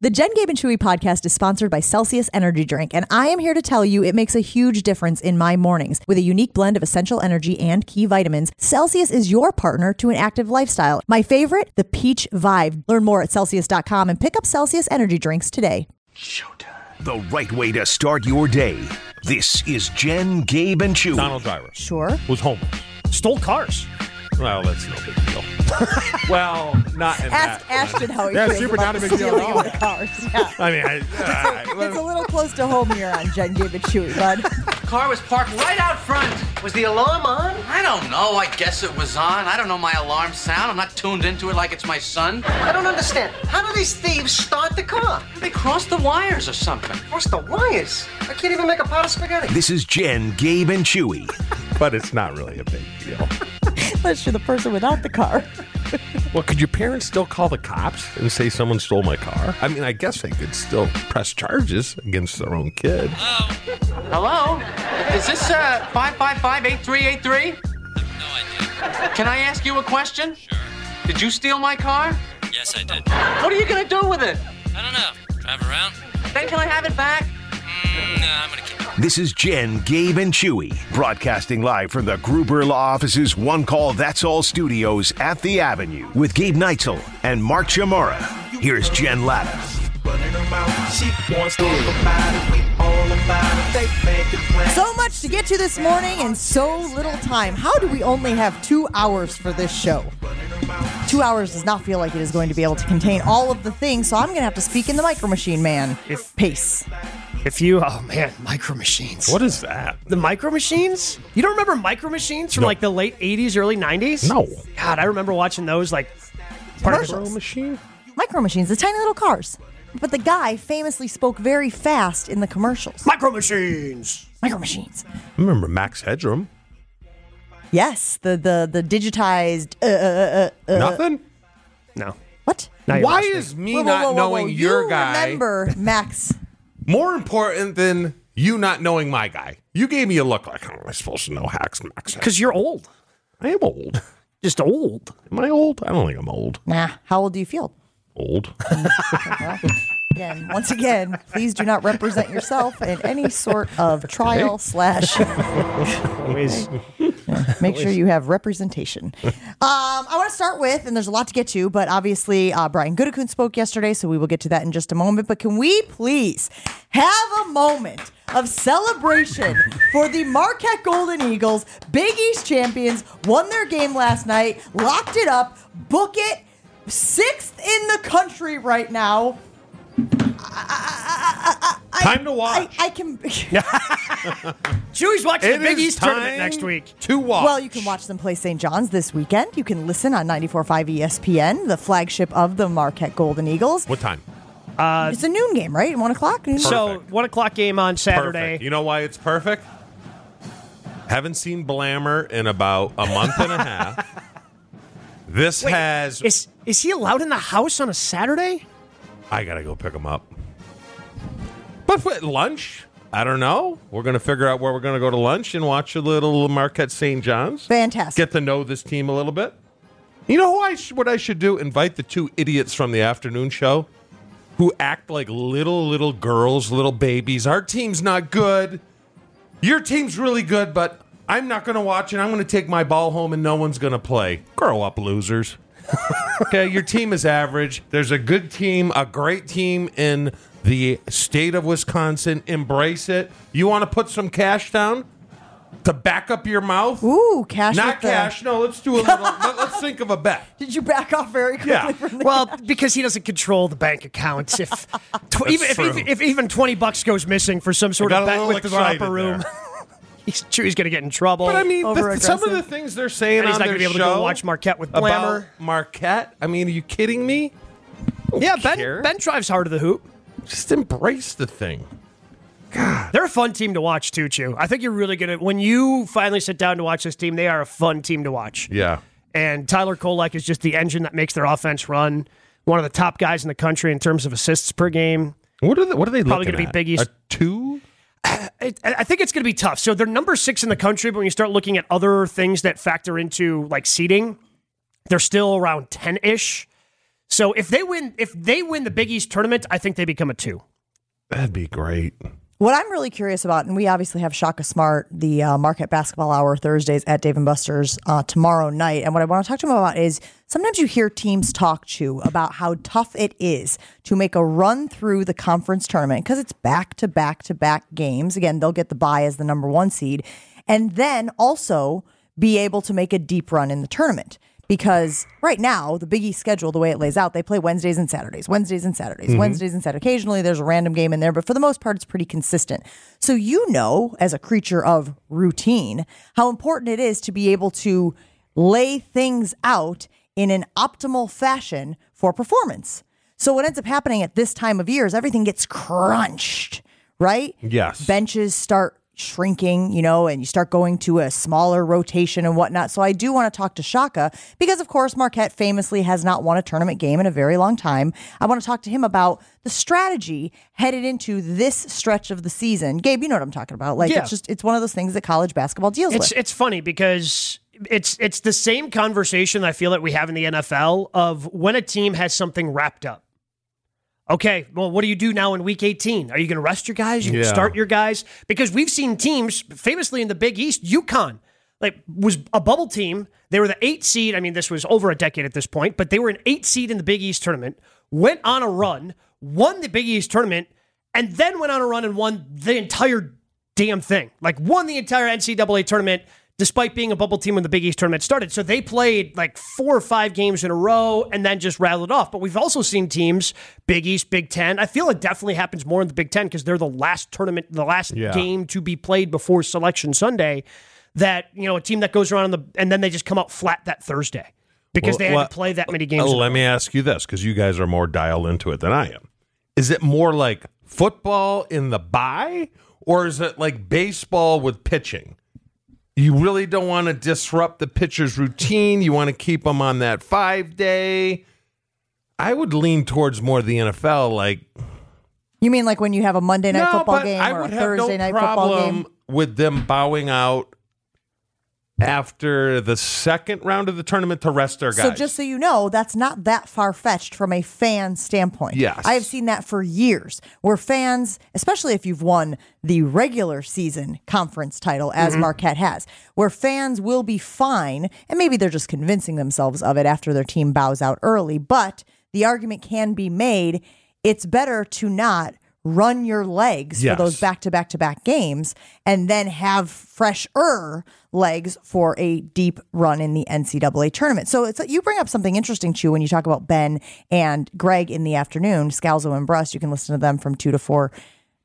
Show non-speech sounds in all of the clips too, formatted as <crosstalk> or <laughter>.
The Jen, Gabe, and Chewy podcast is sponsored by Celsius Energy Drink, and I am here to tell you it makes a huge difference in my mornings. With a unique blend of essential energy and key vitamins, Celsius is your partner to an active lifestyle. My favorite, the Peach Vibe. Learn more at Celsius.com and pick up Celsius Energy Drinks today. The right way to start your day. This is Jen, Gabe, and Chew. Donald Driver Sure. was homeless. Stole cars. Well, that's no big <laughs> deal. well, not in Ask that. Ashton how he Yeah, feels super, about not a the big deal at stealing all. of the cars. Yeah. I mean, I, It's a little close to home here on Jen, Gabe, and Chewy, <laughs> bud. Car was parked right out front. Was the alarm on? I don't know. I guess it was on. I don't know my alarm sound. I'm not tuned into it like it's my son. I don't understand. How do these thieves start the car? They crossed the wires or something. What's the wires? I can't even make a pot of spaghetti. This is Jen, Gabe, and Chewy. but it's not really a big deal. Unless you're the person without the car. Well, could your parents still call the cops and say someone stole my car? I mean, I guess they could still press charges against their own kid. Hello? Is this uh 555-8383? Can I ask you a question? Sure. Did you steal my car? Yes, I did. What are you gonna do with it? I don't know. Drive around? Then can I have it back? Mm, nah, I'm gonna keep it. This is Jen, Gabe, and Chewy. Broadcasting live from the Gruber Law Office's One Call That's All studios at The Avenue with Gabe Neitzel and Mark Chamora. Here's Jen Lattis. So much to get to this morning and so little time. How do we only have two hours for this show? Two hours does not feel like it is going to be able to contain all of the things, so I'm going to have to speak in the Micro Machine Man pace. If you, oh man, micro machines. What is that? The micro machines? You don't remember micro machines from No. like the late 80s, early 90s? No. God, I remember watching those like Micro machine? Micro Machines, the tiny little cars. But the guy famously spoke very fast in the commercials. micro machines. Micro Machines. I remember Max Headroom. Yes, the the the digitized. Uh, Nothing? No. what? Now you Why lost me. is me Whoa, whoa, not whoa, whoa, knowing whoa. your you guy Remember Max? more important than you not knowing my guy? You gave me a look like, How am I supposed to know Hacks Max Headroom? Because you're old. I am old. <laughs> Just old. Am I old? I don't think I'm old. Nah. How old do you feel? Old. again, once again, please do not represent yourself in any sort of trial slash. Always. Make sure you have representation. Um, I want to start with, and there's a lot to get to, but obviously uh, Brian Goodakun spoke yesterday, so we will get to that in just a moment. But can we please have a moment of celebration for the Marquette Golden Eagles, Big East champions, won their game last night, locked it up, book it, sixth in the country right now. Time to watch. I, I can. <laughs> Chewy's watching It the Big is East tournament time next week. to watch. Well, you can watch them play St. John's this weekend. You can listen on 94.5 ESPN, the flagship of the Marquette Golden Eagles. What time? Uh, It's a noon game, right? One o'clock. Noon? So, one o'clock game on Saturday. Perfect. You know why it's perfect? Haven't seen Blammer in about a month <laughs> and a half. This has. Is is he allowed in the house on <laughs> a Saturday? I gotta go pick them up. But what lunch? I don't know. We're gonna figure out where we're gonna go to lunch and watch a little Marquette St. John's. fantastic. Get to know this team a little bit. You know who I sh- what I should do? Invite the two idiots from the afternoon show who act like little little girls, little babies. Our team's not good. Your team's really good, but I'm not gonna watch it. I'm gonna take my ball home and no one's gonna play. Grow up, losers. <laughs> Okay, your team is average. There's a good team, a great team in the state of Wisconsin. Embrace it. You want to put some cash down to back up your mouth? Ooh, cash. Not with the- cash. No, let's do a <laughs> little. let, us think of a bet. Did you back off very quickly Yeah. from the Well, because he doesn't control the bank accounts. If tw- even if, true. even if even twenty bucks goes missing for some sort I got of a bet little with the excited upper room, there. he's, Chewy's going to get in trouble. But I mean, the, some Over-aggressive. of the things they're saying And he's on not gonna their be able to show go watch Marquette with about Blammer. Marquette. I mean, are you kidding me? yeah, Ben care. Ben drives hard to the hoop. Just embrace the thing. They're a fun team to watch too, Chew. I think you're really going to when you finally sit down to watch this team. They are a fun team to watch. Yeah. And Tyler Kolek is just the engine that makes their offense run. One of the top guys in the country in terms of assists per game. What are the, what are they Probably looking gonna be at? Big East. A two? I, I think it's going to be tough. So they're number six in the country, but when you start looking at other things that factor into like seeding, they're still around 10 ish. So if they win, if they win the Big East tournament, I think they become a two. That'd be great. What I'm really curious about, and we obviously have Shaka Smart, the uh, Marquette Basketball Hour Thursdays at Dave and Buster's uh, tomorrow night. And what I want to talk to him about is sometimes you hear teams talk to about how tough it is to make a run through the conference tournament because it's back to back to back games. Again, they'll get the bye as the number one seed, and then also be able to make a deep run in the tournament. Because right now, the Big East schedule, the way it lays out, they play Wednesdays and Saturdays, Wednesdays and Saturdays, Wednesdays and Saturdays. Occasionally there's a random game in there, but for the most part, it's pretty consistent. So you know, as a creature of routine, how important it is to be able to lay things out in an optimal fashion for performance. So what ends up happening at this time of year is everything gets crunched, right? Yes. Benches start shrinking, you know, and you start going to a smaller rotation and whatnot. So I do want to talk to Shaka because of course Marquette famously has not won a tournament game in a very long time. I want to talk to him about the strategy headed into this stretch of the season. Gabe, you know what I'm talking about. Like Yeah. it's just it's one of those things that college basketball deals It's with. it's funny because it's it's the same conversation I feel that we have in the NFL of when a team has something wrapped up. Okay, well, what do you do now in week 18? Are you going to rest your guys? You gonna Yeah. start your guys? Because we've seen teams, famously in the Big East, UConn, like was a bubble team. They were the eight seed. I mean, this was over a decade at this point, but they were an eight seed in the Big East tournament, went on a run, won the Big East tournament, and then went on a run and won the entire damn thing. Like won the entire NCAA tournament despite being a bubble team when the Big East tournament started. So they played like four or five games in a row and then just rattled off. But we've also seen teams, Big East, Big Ten. I feel it definitely happens more in the Big Ten because they're the last tournament, the last Yeah. game to be played before Selection Sunday. That you know, a team that goes around on the and then they just come out flat that Thursday Well, because oh, they had well, to play that many games. uh, in a let row. me ask you this because you guys are more dialed into it than I am. Is it more like football in the bye, or is it like baseball with pitching? You really don't want to disrupt the pitcher's routine. You want to keep them on that five day. I would lean towards more the NFL. Like you mean like when you have a Monday night no, football but game I or a would have Thursday no night football problem game? with them bowing out after the second round of the tournament to rest their guys. So just so you know, that's not that far fetched from a fan standpoint. Yes. I have seen that for years, where fans, especially if you've won the regular season conference title as Mm-hmm. Marquette has, where fans will be fine, and maybe they're just convincing themselves of it after their team bows out early. But the argument can be made: it's better to not. Run your legs Yes. for those back to back to back games and then have fresher legs for a deep run in the NCAA tournament. So it's you bring up something interesting, Chu, when you talk about Ben and Greg in the afternoon, Scalzo and Brust. You can listen to them from two to four.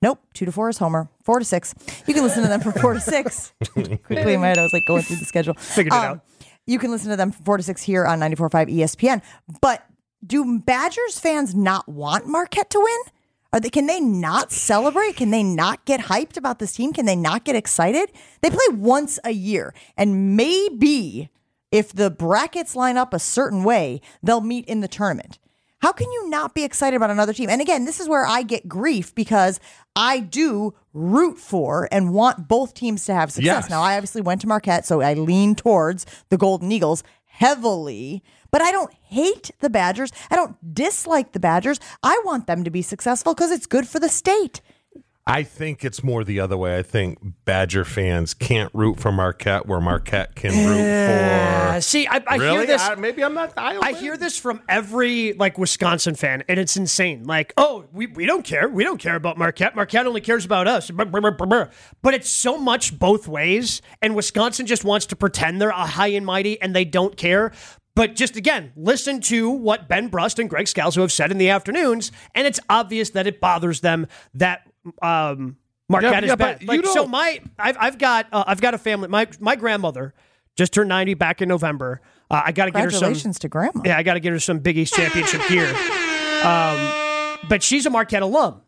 Nope, two to four is Homer. Four to six. You can listen to them from four to six. Quickly in my head, I was like going through <laughs> the schedule. Figured it out. You can listen to them from four E to six here on 94.5 ESPN. But do Badgers fans not want Marquette to win? Are they, can they not celebrate? Can they not get hyped about this team? Can they not get excited? They play once a year, and maybe if the brackets line up a certain way, they'll meet in the tournament. How can you not be excited about another team? And again, this is where I get grief because I do root for and want both teams to have success. Yes. Now, I obviously went to Marquette, so I lean towards the Golden Eagles heavily, but I don't hate the Badgers. I don't dislike the Badgers. I want them to be successful because it's good for the state. I think it's more the other way. I think Badger fans can't root for Marquette where Marquette can root Uh, for. see, I, I hear Really? this. I- maybe I'm not. I, I hear this from every like Wisconsin fan, and it's insane. Like, oh, we, we don't care. We don't care about Marquette. Marquette only cares about us. Brr, brr, brr, brr, brr. But it's so much both ways, and Wisconsin just wants to pretend they're a high and mighty and they don't care. But just again, listen to what Ben Brust and Greg Scalzo have said in the afternoons, and it's obvious that it bothers them that um, Marquette Yeah, is yeah, bad. but Like, you so don't- my I've, I've got uh, I've got a family. My my grandmother just turned ninety back in November. Uh, I got to get her some. Congratulations to Grandma. Yeah, I got to get her some Big East championship gear. Um, but she's a Marquette alum,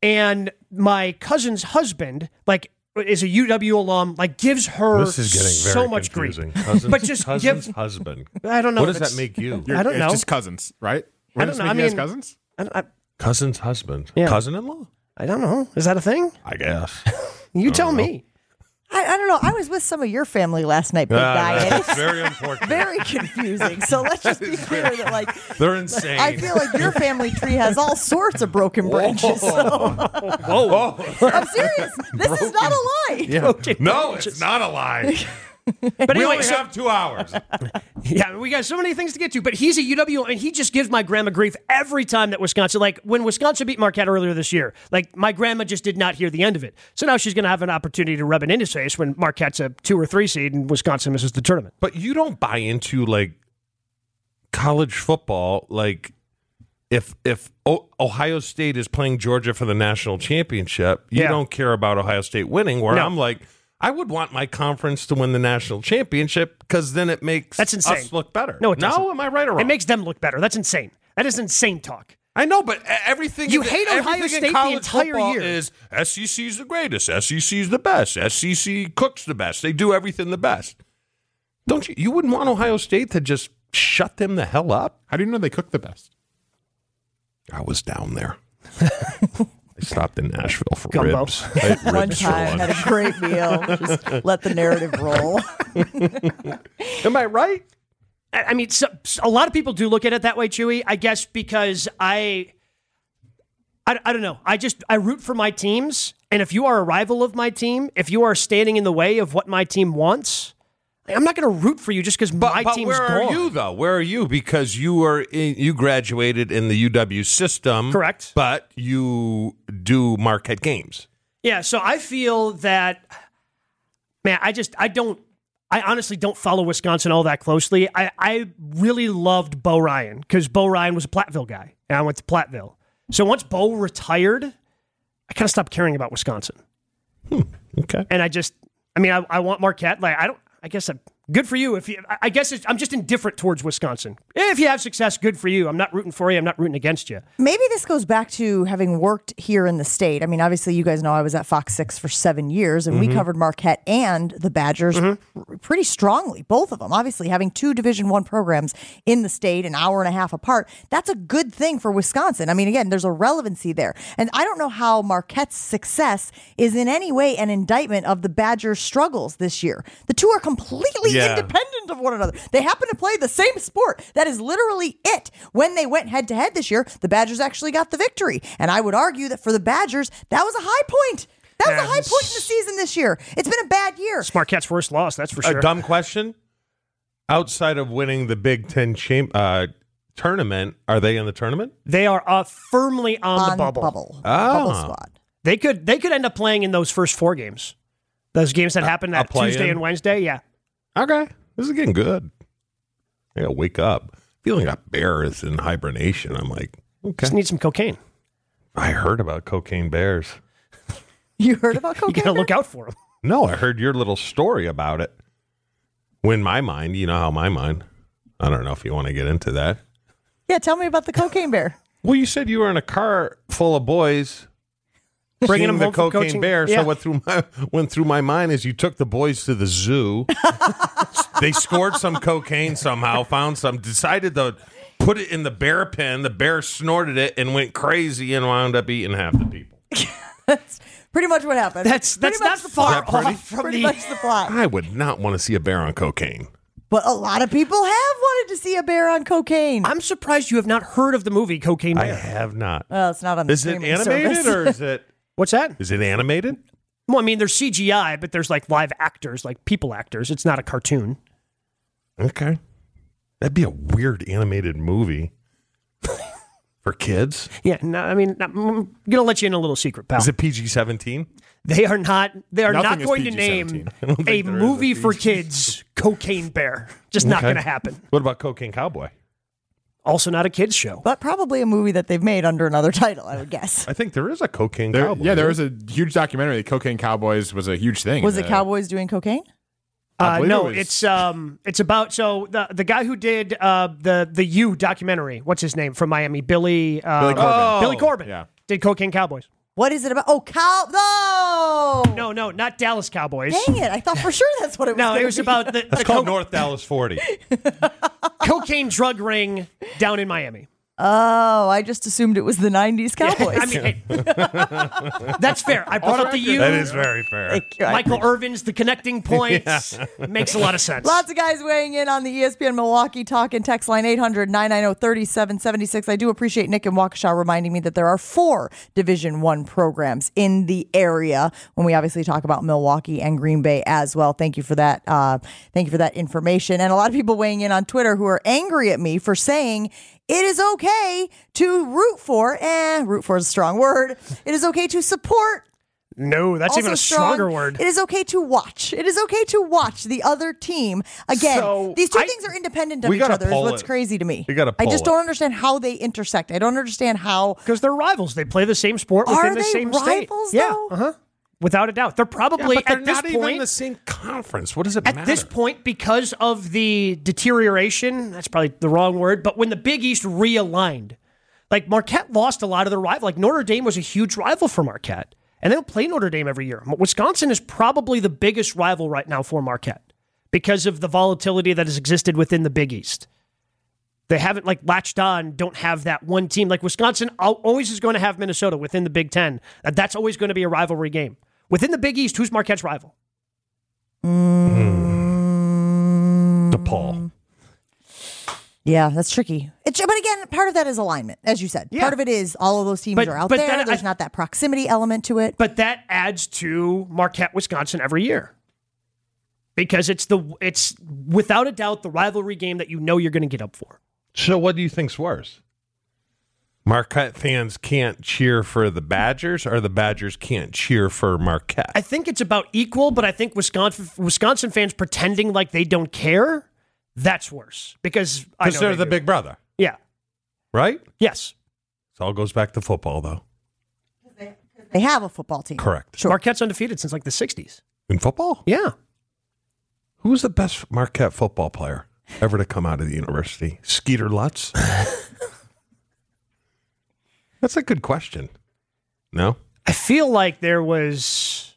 and my cousin's husband, like, is a UW alum. Like, gives her This is getting very so much confusing. grief. Cousins, But just cousins give- husband. <laughs> I don't know What if does that it's- make you? <laughs> I don't it's know. just cousins, right? We're I don't just know. I making you guys mean- cousins? I don't, I, Cousin's husband. Yeah. Cousin in law? <laughs> I don't know. Is that a thing? I guess. You tell me. I, I don't know. I was with some of your family last night, big Ah, guy. and that's it's very <laughs> important. very confusing. So let's just <laughs> be clear that, like, They're insane. I feel like your family tree has all sorts of broken branches. So Whoa. <laughs> I'm serious. This is not a lie. Yeah. Okay, no, just- it's not a <laughs> lie. But we anyway, only so- have two hours. Yeah, we got so many things to get to, but he's a UW and he just gives my grandma grief every time that Wisconsin, like when Wisconsin beat Marquette earlier this year, like my grandma just did not hear the end of it. So now she's going to have an opportunity to rub it in his face when Marquette's a two or three seed and Wisconsin misses the tournament. But you don't buy into like college football. Like if if o- Ohio State is playing Georgia for the national championship, you Yeah. don't care about Ohio State winning. Where No. I'm like, I would want my conference to win the national championship because then it makes That's insane. us look better. No, it doesn't. no, am I right or wrong? It makes them look better. That's insane. That is insane talk. I know, but e- everything You in- hate Ohio everything in State the college entire football year. Is SEC's the greatest? SEC's the best. SEC cooks the best. They do everything the best. Don't you? You wouldn't want Ohio State to just shut them the hell up. How do you know they cook the best? I was down there. <laughs> I stopped in Nashville for Gumbo. <laughs> ribs. I ate One ribs for time, had lunch. a great meal. Just let the narrative roll. Am I right? I I mean, so, so a lot of people do look at it that way, Chewy. I guess because I, I, I don't know. I just I root for my teams, and if you are a rival of my team, if you are standing in the way of what my team wants, I'm not going to root for you just because But, my but team's where are gone. you though? Where are you? Because you are in, you graduated in the UW system, Correct. But you do Marquette games. Yeah, so I feel that man, I just I don't I honestly don't follow Wisconsin all that closely. I, I really loved Bo Ryan because Bo Ryan was a Platteville guy and I went to Platteville. So once Bo retired, I kind of stopped caring about Wisconsin. Okay. And I just I mean I, I want Marquette. Like I don't I guess I'm good for you if you I- I guess it's, I'm just indifferent towards Wisconsin. If you have success, good for you. I'm not rooting for you, I'm not rooting against you. Maybe this goes back to having worked here in the state. I mean, obviously, you guys know I was at Fox 6 for seven years, and we covered Marquette and the Badgers pr- pretty strongly, both of them. Obviously, having two Division One programs in the state, an hour and a half apart, that's a good thing for Wisconsin. I mean, again, there's a relevancy there. And I don't know how Marquette's success is in any way an indictment of the Badgers' struggles this year. The two are completely Yeah. independent independent of one another. They happen to play the same sport. That is literally it. When they went head to head this year, the Badgers actually got the victory. And I would argue that for the Badgers, that was a high point. That was a high point in the season this year. It's been a bad year. It's Marquette's worst loss, that's for sure. A dumb question. Outside of winning the Big Ten champ, uh, tournament, are they in the tournament? They are uh, firmly on, On the bubble. Bubble, Ah. bubble squad. They could they could end up playing in those first four games. Those games that happen that play Tuesday in. and Wednesday, yeah. Okay, this is getting good. I gotta wake up feeling like a bear is in hibernation. I'm like, okay. Just need some cocaine. I heard about cocaine bears. You heard about cocaine? <laughs> You gotta look Bear? out for them. No, I heard your little story about it. When my mind, you know how my mind. I don't know if you want to get into that. Yeah, tell me about the cocaine bear. Well, you said you were in a car full of boys. Bringing seeing them the home from cocaine coaching. bear. Yeah. So what through my went through my mind is you took the boys to the zoo. <laughs> they scored some cocaine somehow, found some, decided to put it in the bear pen. The bear snorted it and went crazy and wound up eating half the people. Pretty much what happened. That's Pretty that's not much the far plot. off from Pretty the. much the plot. I would not want to see a bear on cocaine. But a lot of people have wanted to see a bear on cocaine. I'm surprised you have not heard of the movie Cocaine I Bear. have not. Uh, well, it's not on the Is it streaming animated service. or <laughs> is it What's that? is it animated? Well, I mean, there's CGI, but there's like live actors, like people actors. It's not a cartoon. Okay. That'd be a weird animated movie <laughs> for kids. Yeah, no, I mean, I'm I'm gonna let you in a little secret, pal. Is it PG 17? They are not. They are Nothing not is going to name <laughs> PG-17. a there is a movie for PG-17. kids. Cocaine Bear. Just not Okay. gonna happen. What about Cocaine Cowboy? Also, not a kids show. But probably a movie that they've made under another title, I would guess. I think there is a cocaine There, cowboy. yeah, there was a huge documentary. Cocaine Cowboys was a huge thing. Was it Uh, Cowboys doing cocaine? I Uh, believe no, it was- it's um, it's about so the the guy who did uh the the U documentary. What's his name from Miami? Billy uh, Billy Corbin. Oh, Billy Corbin. yeah. Did Cocaine Cowboys? What is it about? Oh, cow. No. No, no, not Dallas Cowboys. Dang it! I thought for sure that's what it was. No, it gonna was be. about the, the <laughs> It's called co- North Dallas 40. cocaine drug ring down in Miami. Oh, I just assumed it was the 90s <laughs> Cowboys. I mean, hey, <laughs> that's fair. I brought up the U. That is very fair. Thank you. <laughs> I Michael Irvin's <laughs> the connecting points makes a lot of sense. Lots of guys weighing in on the E ESPN Milwaukee talk and text line 800 990 3776. I do appreciate Nick and Waukesha reminding me that there are four Division One programs in the area when we obviously talk about Milwaukee and Green Bay as well. Thank you for that. Uh, thank you for that information. And a lot of people weighing in on Twitter who are angry at me for saying it is okay to root for, eh, root for is a strong word. It is okay to support No, that's even also a stronger strong. word. It is okay to watch. It is okay to watch the other team. Again, So, these two I- things are independent of We each gotta other. Is poll what's it. crazy to me. We gotta I poll it. just don't understand how they intersect. I don't understand how. Because they're rivals. They play the same sport within Are they the same rivals, state. though? Yeah, uh-huh. without a doubt. They're Yeah, probably but they're at this not even point. in the same conference. What does it at matter? this point, because of the deterioration, that's probably the wrong word, but when the Big East realigned, like Marquette lost a lot of their rival. Like Notre Dame was a huge rival for Marquette, and they don't play Notre Dame every year. Wisconsin is probably the biggest rival right now for Marquette because of the volatility that has existed within the Big East. They haven't like latched on, don't have that one team. Like Wisconsin al- always is going to have Minnesota within the Big Ten. Uh, That's always going to be a rivalry game. Within the Big East, who's Marquette's rival? DePaul. Yeah, that's tricky. It's, but again, part of that is alignment, as you said. Yeah. Part of it is all of those teams But- are out but there. then I- There's not that proximity element to it. but that adds to Marquette, Wisconsin every year because it's the it's without a doubt the rivalry game that you know you're going to get up for. So, what do you think's worse? Marquette fans can't cheer for the Badgers, or the Badgers can't cheer for Marquette. I think it's about equal, but I think Wisconsin Wisconsin fans pretending like they don't care that's worse because I know Because they're they the do. big brother, yeah right? It yes all goes back to football, though. they have a football team. Correct. Sure. Marquette's undefeated since like the '60s. In football, Yeah, who's the best Marquette football player ever to come out of the university? Skeeter <laughs> Lutz. That's a good question. No, I feel like there was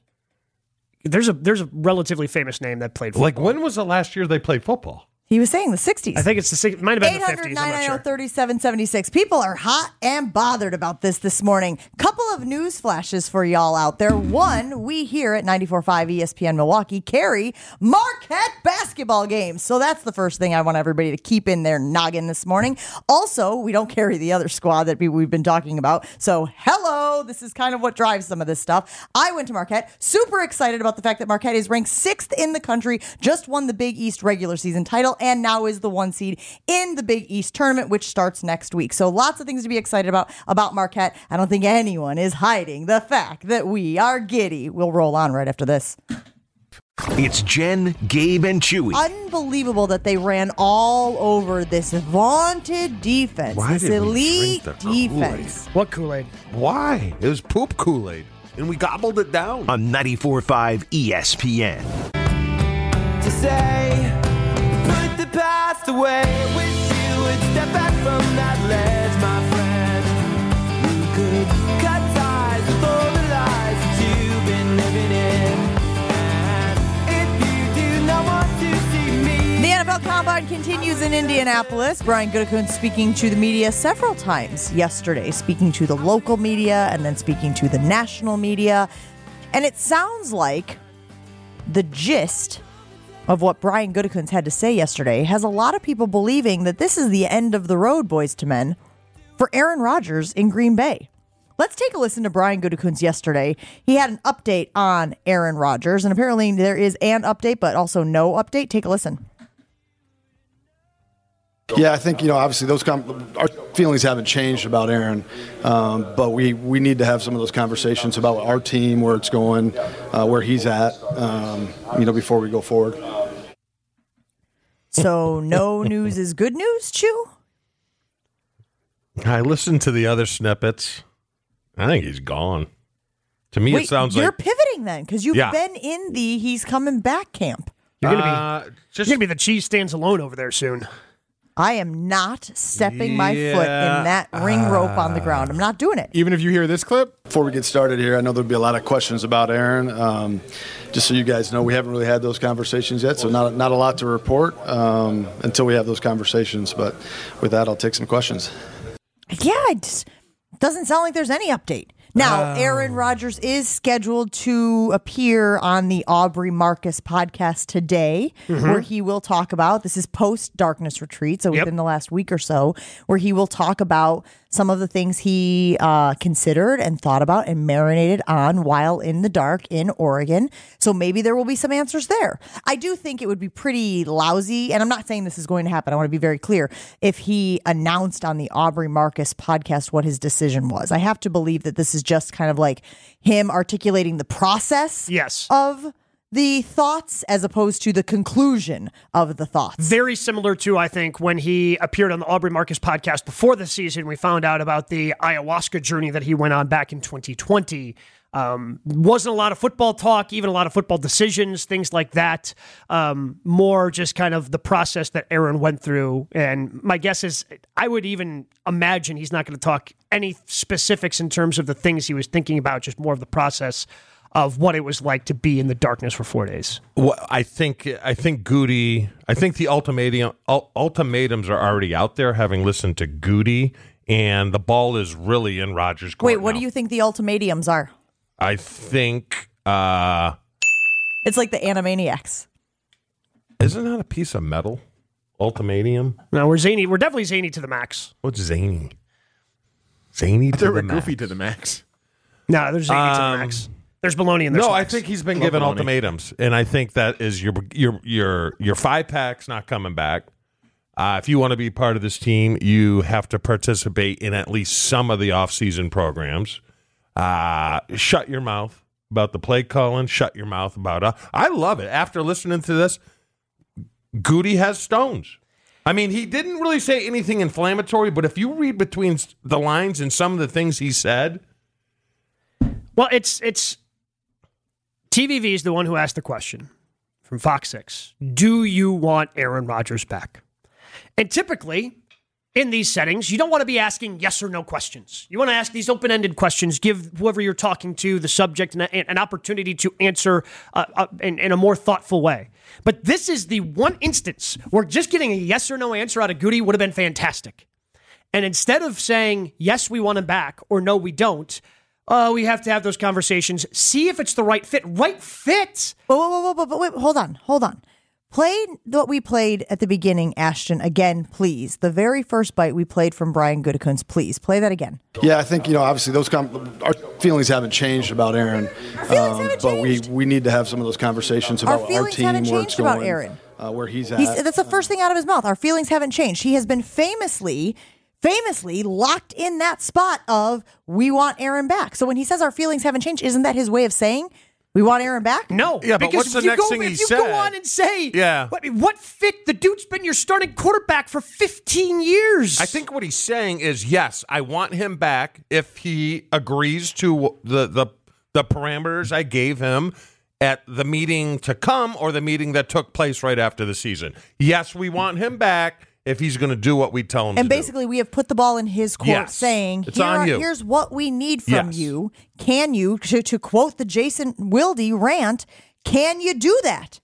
there's a there's a relatively famous name that played. like football. when was the last year they played football? He was saying the 60s. I think it's the six- it might have been the 50s. I'm not sure. 3776 People are hot and bothered about this this morning. Couple of news flashes for y'all out there. One, we here at 94.5 ESPN Milwaukee carry Marquette basketball games. So that's the first thing I want everybody to keep in their noggin this morning. Also, we don't carry the other squad that we- we've been talking about. So hello, Oh, this is kind of what drives some of this stuff. I went to Marquette, super excited about the fact that Marquette is ranked sixth in the country, just won the Big East regular season title, and now is the one seed in the Big East tournament, which starts next week. So lots of things to be excited about about Marquette. I don't think anyone is hiding the fact that we are giddy. We'll roll on right after this. It's Jen, Gabe, and Chewy. Unbelievable that they ran all over this vaunted defense, Why this did we elite drink the Kool-Aid? defense. What Kool Aid? Why? It was poop Kool Aid, and we gobbled it down. on 94.5 ESPN. to say Put the past away Wish you would step back from that ledge, my friend We could cut ties with all the lies that you've been living in And if you do not want to see me The NFL Combine continues in Indianapolis. Brian Gutekunst speaking to the media several times yesterday, speaking to the local media and then speaking to the national media. And it sounds like the gist of what Brian Gutekunst had to say yesterday has a lot of people believing that this is the end of the road, boys to men, for Aaron Rodgers in Green Bay. Let's take a listen to Brian Gutekunst yesterday. He had an update on Aaron Rodgers, and apparently there is an update, but also no update. Take a listen. Yeah, I think you know. Obviously, those com- our feelings haven't changed about Aaron, um, but we we need to have some of those conversations about our team, where it's going, uh, where he's at, um, you know, before we go forward. So no news is good news, Chew? I listened to the other snippets. I think he's gone. To me, it sounds you're like pivoting then because you've Yeah. been in the he's coming back camp. You're gonna be Uh, just you're gonna be the cheese stands alone over there soon. I am not stepping my foot in Yeah, that ring rope on the ground. I'm not doing it. Even if you hear this clip, Before we get started here, I know there'll be a lot of questions about Aaron. Um, just so you guys know, we haven't really had those conversations yet, so not not a lot to report um, until we have those conversations. But with that, I'll take some questions. yeah, it just doesn't sound like there's any update. Ah. Now, Aaron Rodgers is scheduled to appear on the Aubrey Marcus podcast today, Mhm. Mm-hmm. where he will talk about this is post darkness retreat, so Yep. within the last week or so, where he will talk about some of the things he uh, considered and thought about and marinated on while in the dark in Oregon. So maybe there will be some answers there. I do think it would be pretty lousy, and I'm not saying this is going to happen. I want to be very clear. If he announced on the Aubrey Marcus podcast what his decision was, I have to believe that this is just kind of like him articulating the process yes. of the thoughts as opposed to the conclusion of the thoughts. Very similar to, I think, when he appeared on the Aubrey Marcus podcast before the season, we found out about the ayahuasca journey that he went on back in 2020. Um, wasn't a lot of football talk, even a lot of football decisions, things like that. Um, more just kind of the process that Aaron went through. And my guess is, I would even imagine he's not going to talk any specifics in terms of the things he was thinking about, just more of the process of what it was like to be in the darkness for four days. Well, I think I think Goody. I think the ultimatum ul- ultimatums are already out there, having listened to Goody, and the ball is really in Rogers' court. Wait, what do you think the ultimatums are? I think uh, It's like the Animaniacs. isn't that a piece of metal? Ultimatum. No, we're zany. We're definitely zany to the max. What's zany? Zany. thought To we were the goofy to the max. No, there's zany to the max. There's baloney in Um, no, there. somewhere. I think he's been Love given baloney. ultimatums, and I think that is your your your your five pack's not coming back. Uh, if you want to be part of this team, you have to participate in at least some of the off-season programs. Uh, shut your mouth about the play calling. Shut your mouth about. Uh, I love it. After listening to this, Goody has stones. I mean, he didn't really say anything inflammatory, but if you read between s- the lines and some of the things he said, Well, it's it's TVV is the one who asked the question from Fox Six. Do you want Aaron Rodgers back? And typically, in these settings, you don't want to be asking yes or no questions. You want to ask these open ended questions, give whoever you're talking to, the subject, an, an opportunity to answer uh, uh, in, in a more thoughtful way. But this is the one instance where just getting a yes or no answer out of Goody would have been fantastic. And instead of saying, yes, we want him back, or no, we don't, uh, we have to have those conversations, see if it's the right fit. Right fit. But whoa, whoa, whoa, whoa, whoa, wait, hold on, hold on. Play what we played at the beginning, Ashton, again, please. The very first bite we played from Brian Gutekunst, please. Play that again. Yeah, I think you know. Obviously, those com- our feelings haven't changed about Aaron, um, but we we need to have some of those conversations Our about our, feelings team, haven't where it's changed about going, Aaron. uh, where he's at. He's, that's the first thing out of his mouth. Our feelings haven't changed. He has been famously, famously locked in that spot of we want Aaron back. So when he says our feelings haven't changed, isn't that his way of saying we want Aaron back? No. Yeah, but what's because the if you next go, thing if he you said? go on and say, Yeah. what, what fit? The dude's been your starting quarterback for 15 years. I think what he's saying is yes, I want him back if he agrees to the the the parameters I gave him at the meeting to come or the meeting that took place right after the season. Yes, we want him back if he's going to do what we tell him. And to basically, we have put the ball in his court Yes. saying, It's Here on are- you." here's what we need from Yes. you. Can you, to, to quote the Jason Wilde rant, can you do that?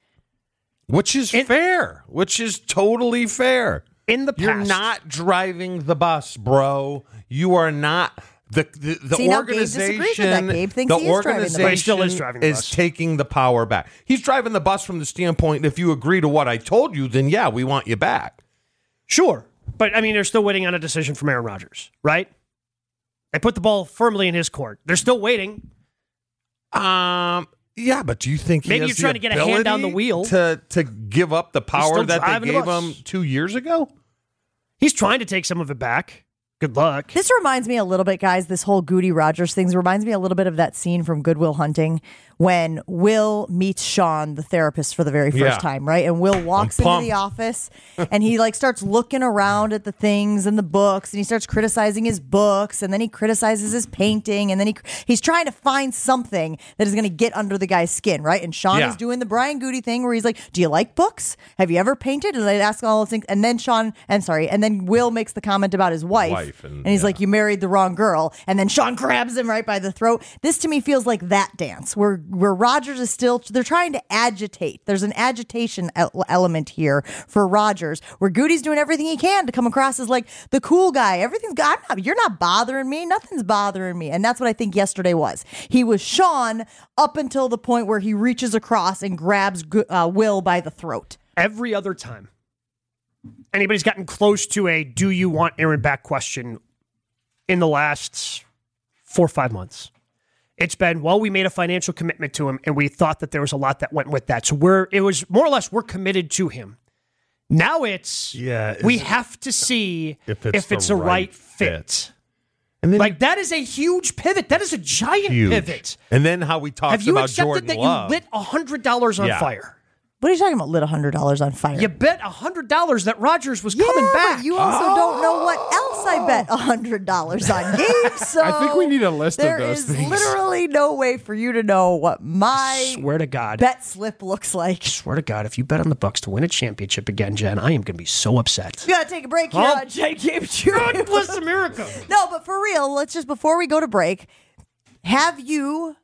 do. which is fair, which is totally fair. In the you're past- not driving the bus, bro. You are not. The, the, the See, now Gabe disagrees organization, with that. Gabe thinks the he is driving the bus. organization He still is driving the bus. taking the power back. He's driving the bus from the standpoint if you agree to what I told you, then yeah, we want you back. Sure. But I mean, they're still waiting on a decision from Aaron Rodgers, right? They put the ball firmly in his court. They're still waiting. Um, yeah, but do you think he Maybe has you're the trying to get a hand on the ability wheel. to to give up the power still that they driving the gave him bus. two years ago? He's trying to take some of it back. Good luck. This reminds me a little bit, guys. This whole Goody Rogers thing reminds me a little bit of that scene from Goodwill Hunting when Will meets Sean, the therapist, for the very first Yeah. time, right? And Will walks into pumped. the office and he like starts looking around at the things and the books and he starts criticizing his books and then he criticizes his painting and then he he's trying to find something that is going to get under the guy's skin, right? And Sean Yeah. is doing the Brian Goody thing where he's like, "Do you like books? Have you ever painted?" And they ask all those things, and then Sean and sorry, and then Will makes the comment about his wife, wife, and- he's yeah. like, "You married the wrong girl." And then Sean <laughs> grabs him right by the throat. This to me feels like that dance where where Rogers is still they're trying to agitate. There's an agitation el- element here for Rogers, where Goody's doing everything he can to come across as like the cool guy. Everything's good. I'm not, you're not bothering me. Nothing's bothering me. And that's what I think yesterday was. He was Sean up until the point where he reaches across and grabs Go- uh, Will by the throat. Every other time anybody's gotten close to a do you want Aaron back question in the last four or five months. It's been, well, we made a financial commitment to him and we thought that there was a lot that went with that. So we're, it was more or less, we're committed to him. Now it's, Yeah, is we it- have to see If it's the a right right, fit. fit. And then Like that is a huge pivot. That is a giant huge. pivot. And then how we talked Have you about accepted Jordan that Love. you lit $100 on Yeah. fire? What are you talking about? Lit hundred dollars on fire. You bet $100 that Rogers was coming Yeah, back. But you also don't know what else I bet hundred dollars on games. So Oh. <laughs> I think we need a list of there those is things. literally no way for you to know what my swear to God. bet slip looks like. swear to God, if you bet on the Bucks to win a championship again, Jen, I am going to be so upset. We gotta take a break here Oh. on Jake Game What's America? No, but for real, let's just before we go to break, have you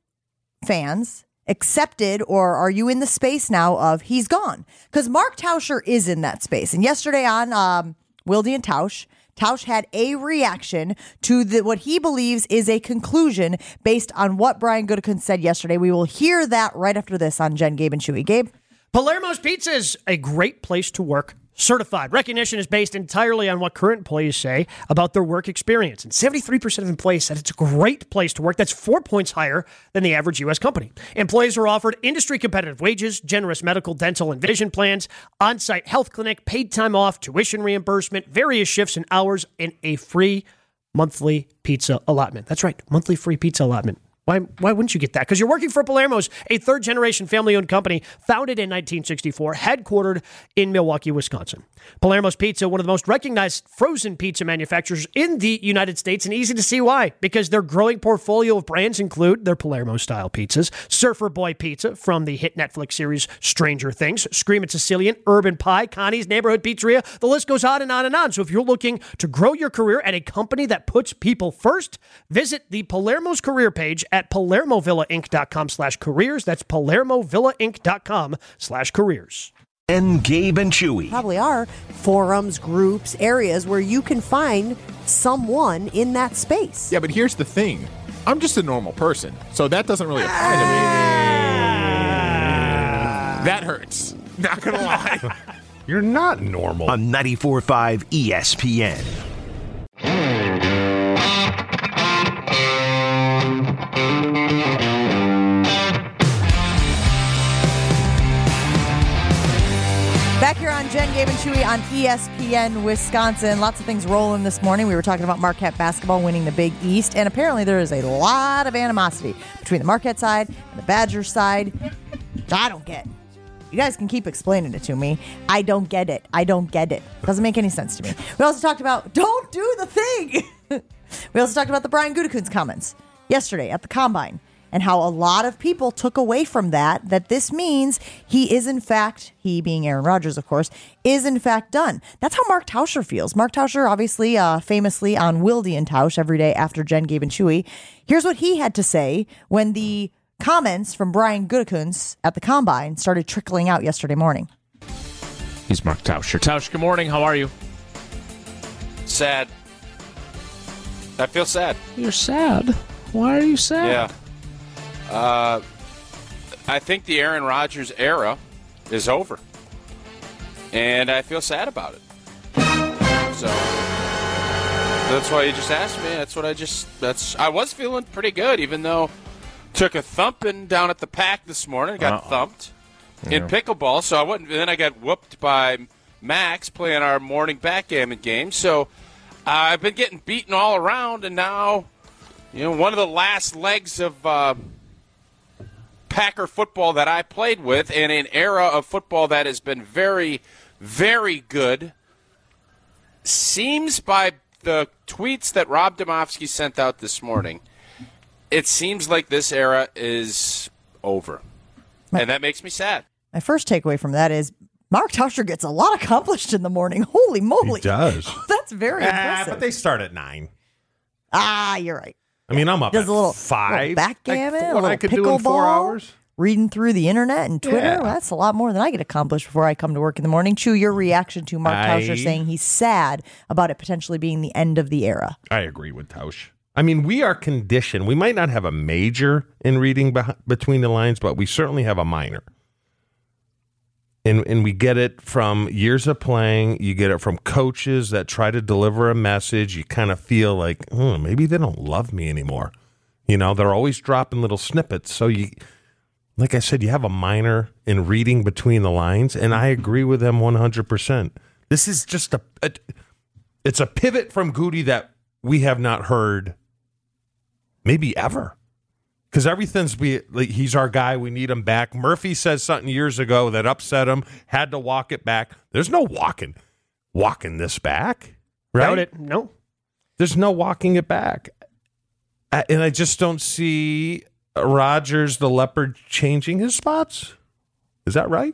fans accepted or are you in the space now of he's gone? Because Mark Tauscher is in that space. And yesterday on um, Wildy and Tausch, Tausch had a reaction to the, what he believes is a conclusion based on what Brian Goodikun said yesterday. We will hear that right after this on Jen, Gabe, and Chewy. Gabe, Palermo's Pizza is a great place to work. Certified. Recognition is based entirely on what current employees say about their work experience. And 73% of employees said it's a great place to work. That's four points higher than the average U.S. company. Employees are offered industry competitive wages, generous medical, dental, and vision plans, on site health clinic, paid time off, tuition reimbursement, various shifts and hours, and a free monthly pizza allotment. That's right, monthly free pizza allotment. Why, why wouldn't you get that? Because you're working for Palermo's, a third generation family owned company founded in 1964, headquartered in Milwaukee, Wisconsin. Palermo's Pizza, one of the most recognized frozen pizza manufacturers in the United States, and easy to see why, because their growing portfolio of brands include their Palermo style pizzas, Surfer Boy Pizza from the hit Netflix series Stranger Things, Screamin' Sicilian, Urban Pie, Connie's Neighborhood Pizzeria. The list goes on and on and on. So if you're looking to grow your career at a company that puts people first, visit the Palermo's career page at palermovillainc.com slash careers. That's palermovillainc.com slash careers. And Gabe and Chewy. probably are forums, groups, areas where you can find someone in that space. Yeah, but here's the thing. I'm just a normal person, so that doesn't really apply to me. That hurts. Not gonna lie. You're not normal. On 94.5 ESPN. Back here on Jen, Gabe, and Chewy on E ESPN Wisconsin. Lots of things rolling this morning. We were talking about Marquette basketball winning the Big East, and apparently there is a lot of animosity between the Marquette side and the Badger side, which I don't get. You guys can keep explaining it to me. I don't get it. I don't get it. Doesn't make any sense to me. We also talked about don't do the thing. <laughs> we also talked about the Brian Gutekunst comments yesterday at the combine and how a lot of people took away from that that this means he is in fact he being Aaron Rodgers of course is in fact done. That's how Mark Tauscher feels. Mark Tauscher obviously uh, famously on Wildy and Tausch every day after Jen Gabe and Chewy. Here's what he had to say when the comments from Brian Gutekunst at the combine started trickling out yesterday morning. He's Mark Tauscher. Tausch, good morning. How are you? Sad. I feel sad. You're sad. Why are you sad? Yeah. Uh, I think the Aaron Rodgers era is over, and I feel sad about it. So that's why you just asked me. That's what I just. That's I was feeling pretty good, even though took a thumping down at the pack this morning. Got Uh-oh. thumped in Yeah. pickleball, so I wasn't. Then I got whooped by Max playing our morning backgammon game. So uh, I've been getting beaten all around, and now you know one of the last legs of. Uh, Packer football that I played with in an era of football that has been very, very good. Seems by the tweets that Rob Domofsky sent out this morning, it seems like this era is over. And that makes me sad. My first takeaway from that is Mark Tauscher gets a lot accomplished in the morning. Holy moly. <laughs> does. That's That's very impressive. Ah, but they start at nine. Ah, you're right. I mean, I'm up Does at a little five. little backgammon, Like, a what little I could do in four pickleball, hours. Reading through the internet and Twitter. Yeah. Well, that's a lot more than I get accomplished before I come to work in the morning. Chew your reaction to Mark I- Tauscher saying he's sad about it potentially being the end of the era. I agree with Tausch. I mean, we are conditioned. We might not have a major in reading beh between the lines, but we certainly have a minor. And, and we get it from years of playing. You get it from coaches that try to deliver a message. You kind of feel like, "Hmm, maybe they don't love me anymore. You know, they're always dropping little snippets. So you, like I said, you have a minor in reading between the lines, and I agree with them 100%. This is just a, a it's a pivot from Goody that we have not heard maybe ever. Because everything's be like, he's our guy. We need him back. Murphy says something years ago that upset him. Had to walk it back. There's no walking, walking this back. Right? Doubt it. No. There's no walking it back. I- And I just don't see Rogers the leopard changing his spots. Is that right?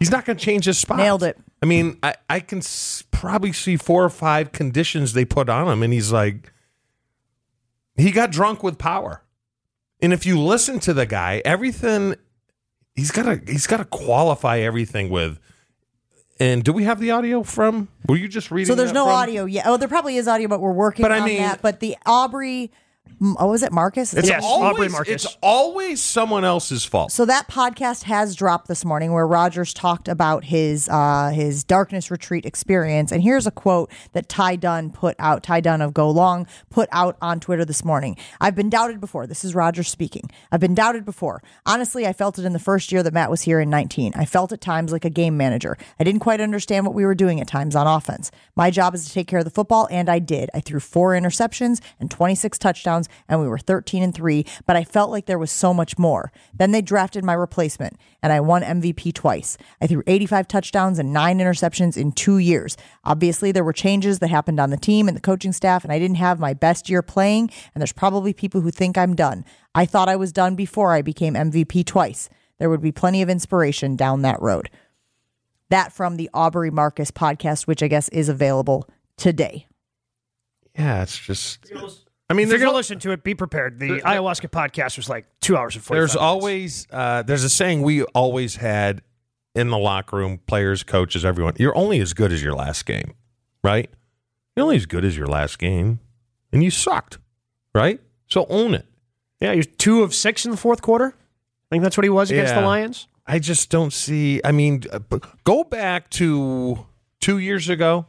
He's not going to change his spots. Nailed it. I mean, I, I can s- probably see four or five conditions they put on him, and he's like, he got drunk with power. And if you listen to the guy, everything he's got to he's got to qualify everything with. And do we have the audio from? Were you just reading? So there's that no from? audio yet. Oh, there probably is audio, but we're working But I on mean- that. But the Aubrey, mm, oh, is it Marcus? Is It's that- always, Aubrey Marcus. It's always someone else's fault. So that podcast has dropped this morning where Rogers talked about his uh, his darkness retreat experience, and here's a quote that Ty Dunn put out. Ty Dunn of Go Long put out on Twitter this morning. I've been doubted before. This is Rogers speaking. I've been doubted before. Honestly, I felt it in the first year that Matt was here in 19. I felt at times like a game manager. I didn't quite understand what we were doing at times on offense. My job is to take care of the football, and I did. I threw four interceptions and 26 touchdowns, and we were 13 and three. But I felt like there was so much more. Then they drafted my replacement, and I won MVP twice. I threw 85 touchdowns and nine interceptions in two years. Obviously, there were changes that happened on the team and the coaching staff, and I didn't have my best year playing. And there's probably people who think I'm done. I thought I was done before I became MVP twice. There would be plenty of inspiration down that road. That from the Aubrey Marcus podcast, which I guess is available today. Yeah, it's just. I mean, if you're there's going al- to listen to it, be prepared. The ayahuasca podcast was like two hours and 45 There's minutes. always uh, there's a saying we always had in the locker room, players, coaches, everyone. You're only as good as your last game, right? You're only as good as your last game, and you sucked, right? So own it. Yeah, he was two of six in the fourth quarter. I think that's what he was against the Yeah. Lions. I just don't see. I mean, uh, b- go back to two years ago,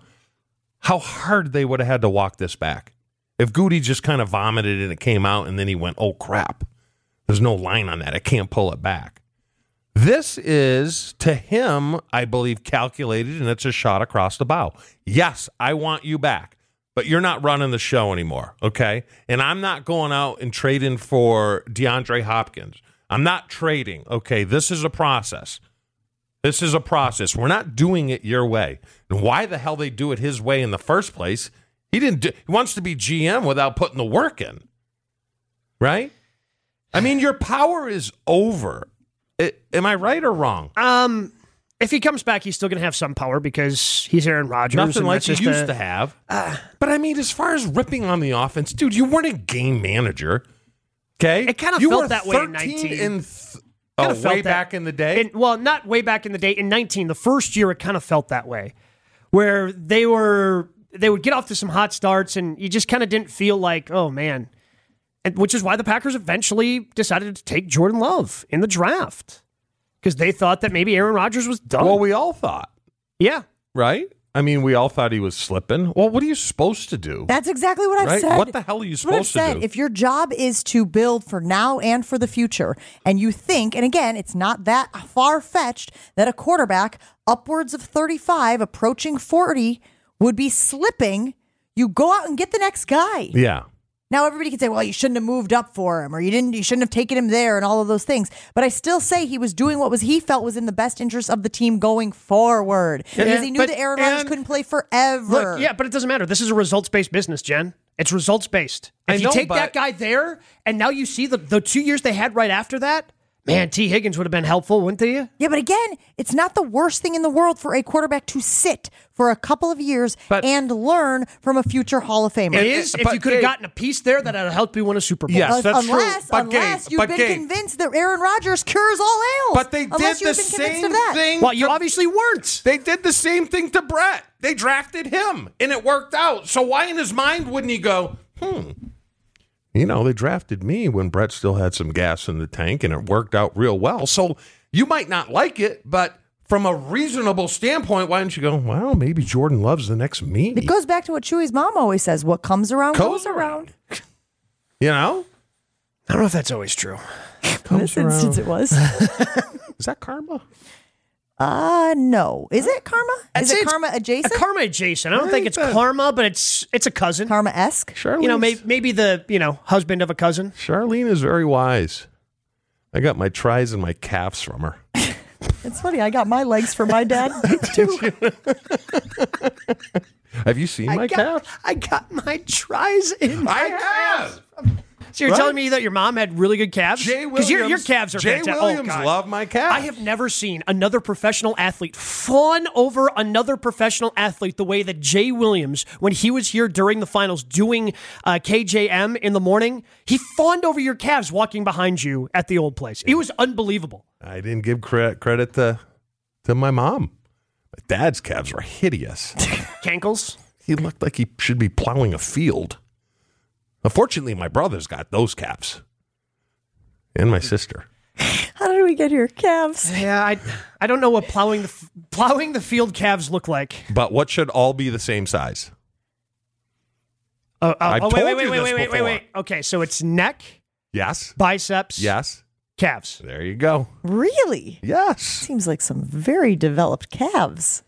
how hard they would have had to walk this back. If Goody just kind of vomited and it came out, and then he went, "Oh crap, there's no line on that. I can't pull it back." This is to him, I believe, calculated, and it's a shot across the bow. Yes, I want you back, but you're not running the show anymore, okay? And I'm not going out and trading for DeAndre Hopkins. I'm not trading, okay? This is a process. This is a process. We're not doing it your way. And why the hell they do it his way in the first place? He didn't. Do, he wants to be GM without putting the work in, right? I mean, your power is over. I- am I right or wrong? Um, if he comes back, he's still going to have some power because he's Aaron Rodgers. Nothing and like that's you just used a- to have. Ah. but I mean, as far as ripping on the offense, dude, you weren't a game manager. Okay, It kinda you felt were that way in 13 19. And th- Kinda oh, felt way that- back in the day. in- well, not way back in the day. In 19, the first year, it kind of felt that way, where they were they would get off to some hot starts, and you just kind of didn't feel like, oh man, and, which is why the Packers eventually decided to take Jordan Love in the draft because they thought that maybe Aaron Rodgers was done. well, we all thought, yeah, right? I mean, we all thought he was slipping. Well, what are you supposed to do? That's exactly what I've Right? said. What the hell are you That's what I've supposed to said. do? If your job is to build for now and for the future, and you think, and again, it's not that far fetched that a quarterback upwards of 35, approaching 40, would be slipping, you go out and get the next guy. yeah. Now everybody can say, well, you shouldn't have moved up for him or you didn't you shouldn't have taken him there and all of those things. But I still say he was doing what was he felt was in the best interest of the team going forward. because he knew but- that Aaron Rodgers and- couldn't play forever. Look, yeah, but it doesn't matter. This is a results based business, Jen. It's results based. I If know, you take that but- guy there, and now you see the, the two years they had right after that, Man, T. Higgins would have been helpful, wouldn't he? Yeah, but again, it's not the worst thing in the world for a quarterback to sit for a couple of years But- and learn from a future Hall of Famer. It is. If you could have gotten a piece there, that would have helped you win a Super Bowl. Unless- Uh, unless, unless you've been convinced that Aaron Rodgers cures all ails. But they did unless the you've been convinced same of that. thing. Well, you to- obviously weren't. They did the same thing to Brett. They drafted him, and it worked out. So why in his mind wouldn't he go? Hmm. You know, they drafted me when Brett still had some gas in the tank, and it worked out real well. So you might not like it, but from a reasonable standpoint, why don't you go? Well, maybe Jordan loves the next me. It goes back to what Chewy's mom always says: "What comes around Goes goes, around." You know, I don't know if that's always true. In this <laughs> instance, it was. is that karma? Uh no. Is it karma? I'd is say it it's karma adjacent? A karma adjacent. I don't Right, think it's but- karma, but it's it's a cousin. karma esque. Charlene, You know, maybe, maybe the you know husband of a cousin. Charlene is very wise. I got my tries and my calves from her. It's funny. I got my legs from my dad too. <laughs> Have you seen my calves? I got my tries in. I have. So you're Right? telling me that your mom had really good calves? Jay your, your Williams- calves are Jay fantastic. Oh, Williams God. loved my calves. I have never seen another professional athlete fawn over another professional athlete the way that Jay Williams, when he was here during the finals doing uh, KJM in the morning, he fawned over your calves walking behind you at the old place. It was unbelievable. I didn't give cre- credit to to my mom. My dad's calves were <laughs> hideous. Cankles. he looked like he should be plowing a field. Unfortunately, my brother's got those calves, and my sister. How did we get here? Calves. Yeah, I, I don't know what plowing the f- plowing the field calves look like. But what should all be the same size? Oh, oh, I've oh, wait, told wait, wait, you wait, this wait, wait, wait, before. wait. Okay, so it's neck, Yes. biceps, Yes. calves. There you go. Really? Yes. Seems like some very developed calves.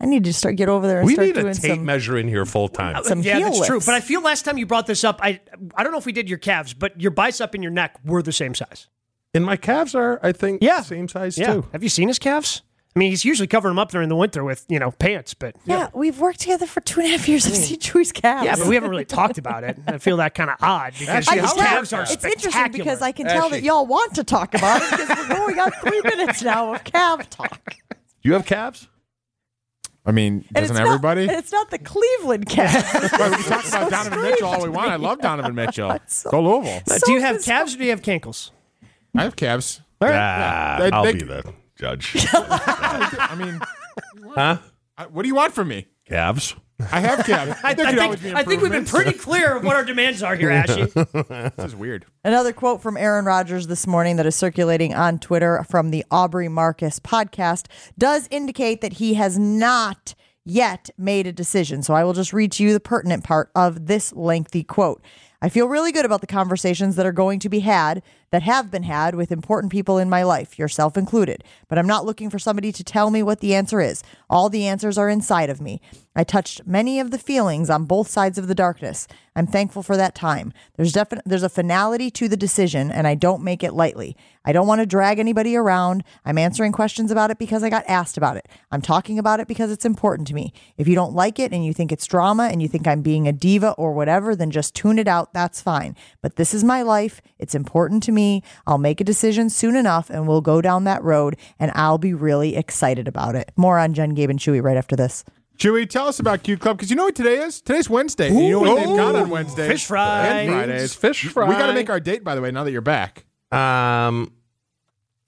I need to start get over there and We start need doing a tape some. measure in here full <laughs> time. some yeah, heel that's true. lifts. But I feel last time you brought this up, I I don't know if we did your calves, but your bicep and your neck were the same size. And my calves are, I think, Yeah. same size yeah. too. Have you seen his calves? I mean, he's usually covering them up during the winter with you know pants, but yeah, we've worked together for two and a half years. I've seen Chewy's calves. Hmm. yeah, but we haven't really talked about it. I feel that kind of odd because I his can tell- calves are it's spectacular. interesting because I can tell that Actually- y'all want to talk about it because we're going on <laughs> three minutes now of calf talk. You have calves? I mean, And doesn't it's not- everybody? and it's not the Cleveland calves. Right, we can talk about Donovan Mitchell all we want. I love Donovan Mitchell. It's all over. Now, so Uh, do you have bizarre. calves or do you have cankles? I have calves. All right. Ah, They- I'll they- be the <laughs> judge. I mean, huh? I- what do you want from me? Calves. I have calves. I, There I could always be think, I think we've been improvements. pretty clear of what our demands are here, Ashley. This is weird. Another quote from Aaron Rodgers this morning that is circulating on Twitter from the Aubrey Marcus podcast does indicate that he has not yet made a decision. So I will just read to you the pertinent part of this lengthy quote. I feel really good about the conversations that are going to be had, that have been had with important people in my life, yourself included. But I'm not looking for somebody to tell me what the answer is. All the answers are inside of me. I touched many of the feelings on both sides of the darkness. I'm thankful for that time. There's definite there's a finality to the decision and I don't make it lightly. I don't want to drag anybody around. I'm answering questions about it because I got asked about it. I'm talking about it because it's important to me. If you don't like it and you think it's drama and you think I'm being a diva or whatever, then just tune it out. That's fine. But this is my life. It's important to me. I'll make a decision soon enough and we'll go down that road and I'll be really excited about it. More on Jen Gabe and Chewy right after this. Chewy, tell us about Q Club because you know what today is? Today's Wednesday. and you know what they've got on Wednesday? Fish fry. And Fridays. Fish fry. We got to make our date, by the way, now that you're back. Um,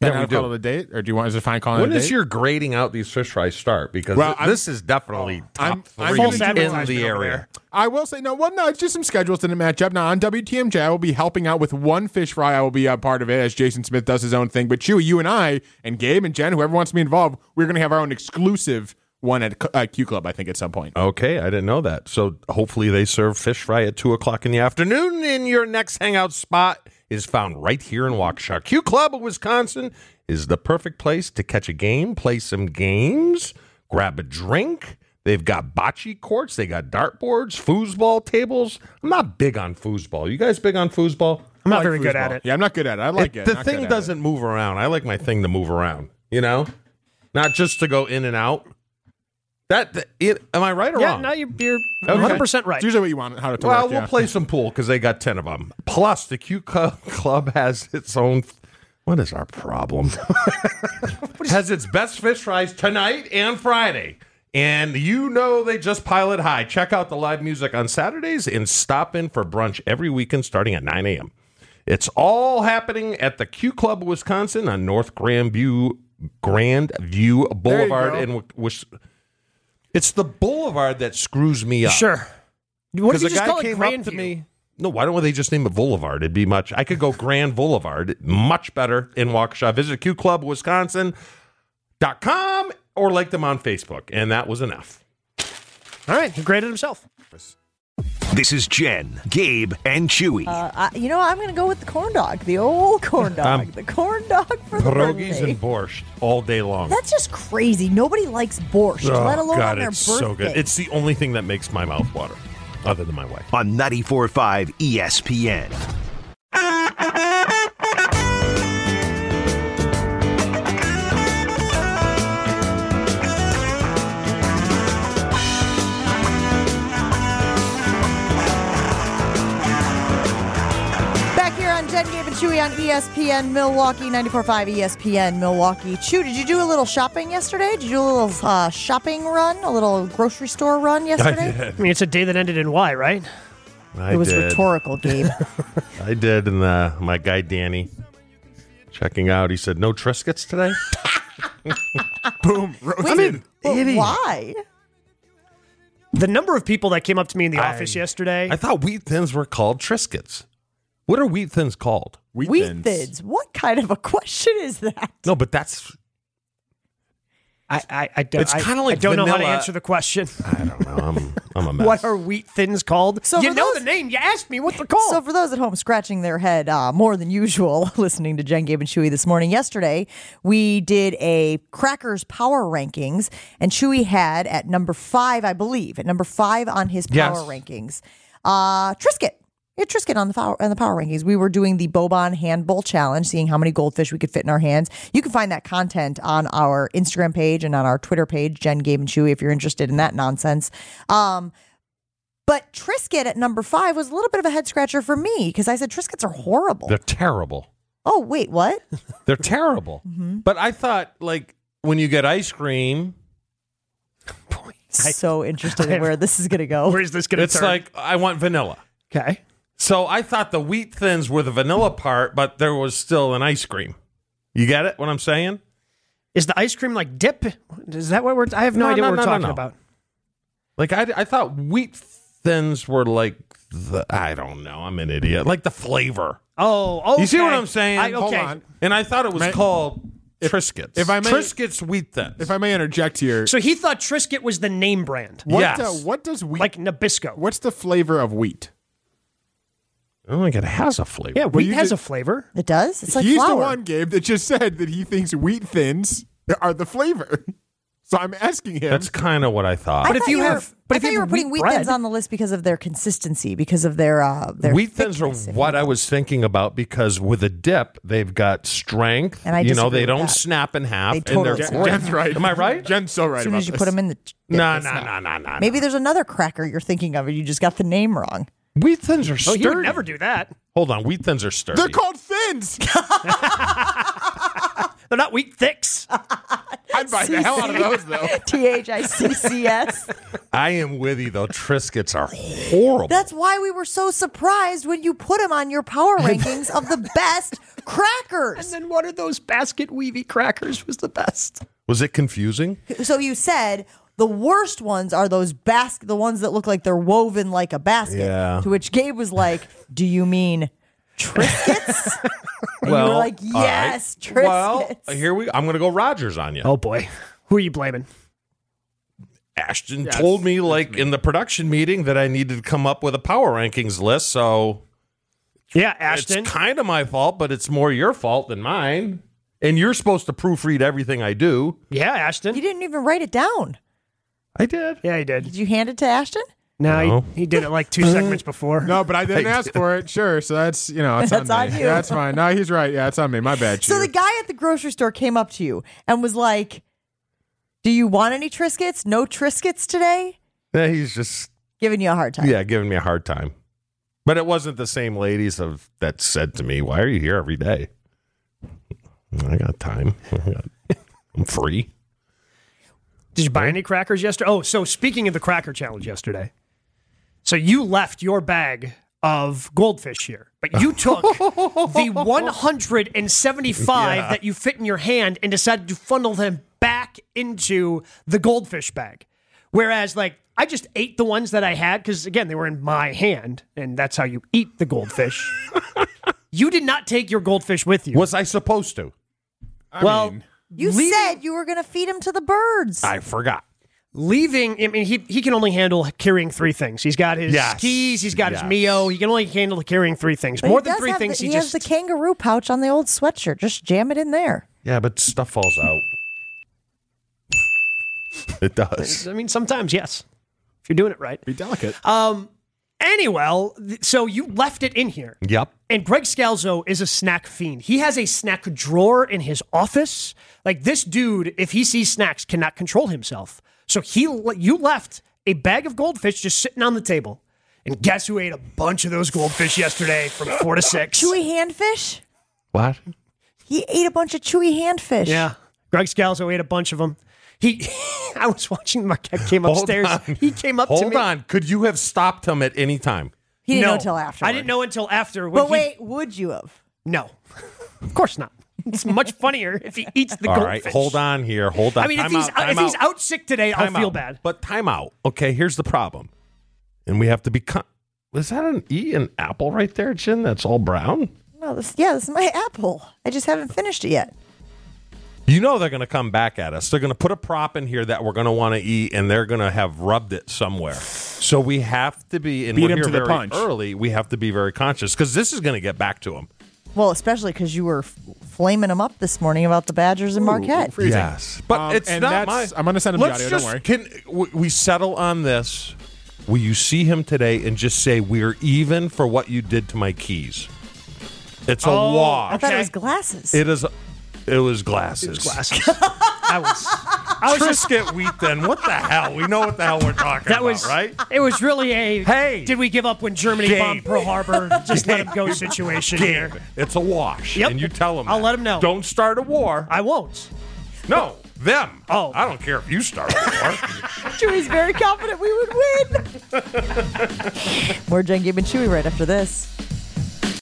Then yeah, we I'll call do. it a date, or do you want us to find calling When it a does date? your grading out these fish fries start? Because Well, th- I'm- this is definitely top I'm- I'm three gonna do in advertisement the over area. there. I will say no. Well, no, it's just some schedules didn't match up. Now on WTMJ, I will be helping out with one fish fry. I will be a part of it as Jason Smith does his own thing. But Chewy, you and I, and Gabe and Jen, whoever wants to be involved, we're going to have our own exclusive one at Q- uh, Q Club. I think at some point. Okay, I didn't know that. So hopefully they serve fish fry at two o'clock in the afternoon, and your next hangout spot is found right here in Waukesha. Q Club of Wisconsin is the perfect place to catch a game, play some games, grab a drink. They've got bocce courts, they got dartboards, foosball tables. I'm not big on foosball. You guys big on foosball? I'm not very good at it. Yeah, I'm not good at it. I like it. the Not good thing at doesn't move around. I like my thing to move around. You know, not just to go in and out. That th- it, am I right or Yeah, wrong? no, you're, you're Okay. 100% right. It's usually what you want. How to talk. well, we'll play some pool because they got ten of them. Plus, the Q Cu- Club has its own What is our problem? <laughs> Has its best fish fries tonight and Friday. And you know they just pile it high. Check out the live music on Saturdays and stop in for brunch every weekend starting at 9 a.m. It's all happening at the Q Club, Wisconsin on North Grandview, Grandview Boulevard. And Wis- it's the boulevard that screws me up. Sure. What if Because you a just guy call it came up to Grandview? me. No, why don't they just name it Boulevard? It'd be much. I could go Grand Boulevard, much better in Waukesha. Visit Q Club Wisconsin dot com or like them on Facebook, and that was enough. All right, he graded himself. This is Jen, Gabe, and Chewy. Uh, I, you know, I'm going to go with the corn dog, the old corn dog, <laughs> Um, the corn dog for the Pierogies birthday. and borscht all day long. That's just crazy. Nobody likes borscht, Oh, let alone God, on their it's birthday. so good. It's the only thing that makes my mouth water, other than my wife. on 94.5 ESPN. Back here on Jen, Gabe, and Chewy on E ESPN Milwaukee, 94.5 ESPN Milwaukee. Chew, did you do a little shopping yesterday? Did you do a little uh, shopping run, a little grocery store run yesterday? I mean, it's a day that ended in Y, right? I it was did. rhetorical, <laughs> Gabe. I did, and uh, my guy Danny checking out. He said, "No <laughs> Triscuits today." Boom. Wait, Roasted. but idiot. why? The number of people that came up to me in the I- office yesterday. I thought wheat thins were called Triscuits. What are wheat thins called? Wheat, Wheat thins. thins. What kind of a <laughs> question is that? No, but that's I, I, I don't, It's I- kinda like I don't know how to vanilla. answer the question. I don't know. I'm <laughs> I'm a mess. <laughs> What are wheat thins called? So you for know those- the name. You asked me what they're called. So, for those at home scratching their head uh, more than usual, <laughs> listening to Jen, Gabe, and Chewy this morning, yesterday, we did a crackers power rankings, and Chewy had at number five, I believe, at number five on his power Yes. rankings, uh, Trisket. Yeah, Trisket on the power on the power rankings. We were doing the Bobon hand bowl challenge, seeing how many goldfish we could fit in our hands. You can find that content on our Instagram page and on our Twitter page, Jen, Gabe, and Chewy, if you're interested in that nonsense. Um, but Trisket at number five was a little bit of a head scratcher for me because I said Triskets are horrible. They're terrible. oh, wait, what? They're terrible. But I thought like when you get ice cream, so interested in where this is going to go. Where Oh, is this going to it's like I want vanilla. okay. So I thought the wheat thins were the vanilla part, but there was still an ice cream. You get it? What I'm saying? Is the ice cream like dip? Is that what we're? I have no, No, idea no, what we're no, no, talking no. about. Like I, I thought wheat thins were like the I don't know. I'm an idiot. Like the flavor. Oh, oh. You see what I'm saying? I, okay. Hold on. And I thought it was May- called Triscuits. if I may- Triscuits wheat thins. If I may interject here, So he thought Trisket was the name brand, what, Yes. uh, what does wheat? like Nabisco. what's the flavor of wheat? I don't think it has a flavor. Yeah, wheat you has did- a flavor. It does? It's like He's flour. the one, Gabe, that just said that he thinks wheat thins are the flavor. So I'm asking him. That's kind of what I thought. I But if thought you were- have- but I if thought you you were have putting wheat wheat thins bread- on the list because of their consistency, because of their uh, their wheat thins are thickness, if what you I will. was thinking about because with a dip, they've got strength. And I you know, disagree they with don't that. snap in half. They and totally they're snap. great. Jen's right. Am I right? Jen's so right As soon about as you this. put them in the No, it's no, not. no, no, no. Maybe there's another cracker you're thinking of, and you just got the name wrong. wheat thins are Oh, sturdy. he would never do that. Hold on, wheat thins are sturdy. They're called thins. <laughs> They're not wheat thicks. I'd buy the hell out of those, though. T H I C C S. I am with you though. Triscuits are horrible. <laughs> That's why we were so surprised when you put them on your power rankings of the best crackers. then one of those basket weavy crackers was the best. was it confusing? So you said the worst ones are those basket, the ones that look like they're woven like a basket. Yeah. To which Gabe was like, "Do you mean Triscuits?" <laughs> and you were like, all right. "Yes, Well, Triscuits." Uh, here we. I'm going to go Rogers on you. Oh boy, who are you blaming? Ashton told me, like in the production meeting, that I needed to come up with a power rankings list. So Yeah, Ashton. It's kind of my fault, but it's more your fault than mine. And you're supposed to proofread everything I do. yeah, Ashton. you didn't even write it down. I did. Yeah, he did. Did you hand it to Ashton? No, No. He, he did it <laughs> like two segments before. No, but I didn't ask for it. Sure. So <laughs> that's, you know, it's That's on, on me. you. Yeah, that's fine. No, he's right. Yeah, it's on me. My bad. So the Chew. guy at the grocery store came up to you and was like, "Do you want any Triscuits? No Triscuits today?" Yeah, he's just Giving you a hard time. yeah giving me a hard time. But it wasn't the same ladies of that said to me, "Why are you here every day?" I got time. <laughs> I got, I'm free. Did you buy any crackers yesterday? Oh, so speaking of the cracker challenge yesterday, so you left your bag of goldfish here, but you took the 175 Yeah. that you fit in your hand and decided to funnel them back into the goldfish bag. Whereas, like, I just ate the ones that I had because, again, they were in my hand, and that's how you eat the goldfish. you did not take your goldfish with you. Was I supposed to? well, You leave- said you were going to feed him to the birds. I forgot. leaving i mean he, he can only handle carrying three things he's got his Yes. skis he's got Yes. his mio he can only handle carrying three things But more he than does three have things the- he, he just has the kangaroo pouch on the old sweatshirt. Just jam it in there. Yeah, but stuff falls out. it does. i mean sometimes yes if you're doing it right Be delicate. um anyway th- so you left it in here Yep. And Greg Scalzo is a snack fiend. He has a snack drawer in his office. Like this dude, if he sees snacks, cannot control himself. So he, you left a bag of goldfish just sitting on the table. And guess who ate a bunch of those goldfish yesterday from four to six? Chewy handfish? What? He ate a bunch of chewy handfish. Yeah, Greg Scalzo ate a bunch of them. He, <laughs> I was watching my cat came Hold upstairs. on. He came up to Hold me. on. Could you have stopped him at any time? He didn't No. know till after. I didn't know until after. when But he- wait, would you have? no, of course not. <laughs> It's much funnier if he eats the All right. goldfish. Hold on here. Hold on. I mean, if Time he's out, time if he's out sick today, Time I'll feel out. bad. But time out. Okay, here's the problem. And we have to be. Con- Was that an E an apple right there, Jin? That's all brown? No, this, yeah, this is my <laughs> apple. I just haven't finished it yet. You know they're going to come back at us. They're going to put a prop in here that we're going to want to eat, and they're going to have rubbed it somewhere. So we have to be, and Beat we're him here to the very punch. early. We have to be very conscious because this is going to get back to them. Well, especially because you were f- flaming him up this morning about the Badgers and Marquette. Freezing. Yes, but Um, it's and not my. that's- I'm gonna send him the Let's audio, don't Just, worry. Can w- we settle on this? Will you see him today and just say we're even for what you did to my keys? It's a Oh, law. I thought Okay. it was glasses. It is. It was glasses. <laughs> Glasses. I was. I was just. Trisket wheat. Then what the hell? We know what the hell we're talking That about, was right? It was really a Hey. Did we give up when Germany Gabe. bombed Pearl Harbor? Just let him go situation here. Gabe, it's a wash. Yep. And you tell them. I'll let 'em know. Don't start a war. I won't. no, them. Oh. I don't care if you start a <laughs> war. Chewy's <laughs> very confident we would win. More Jen Gabe and Chewy right after this.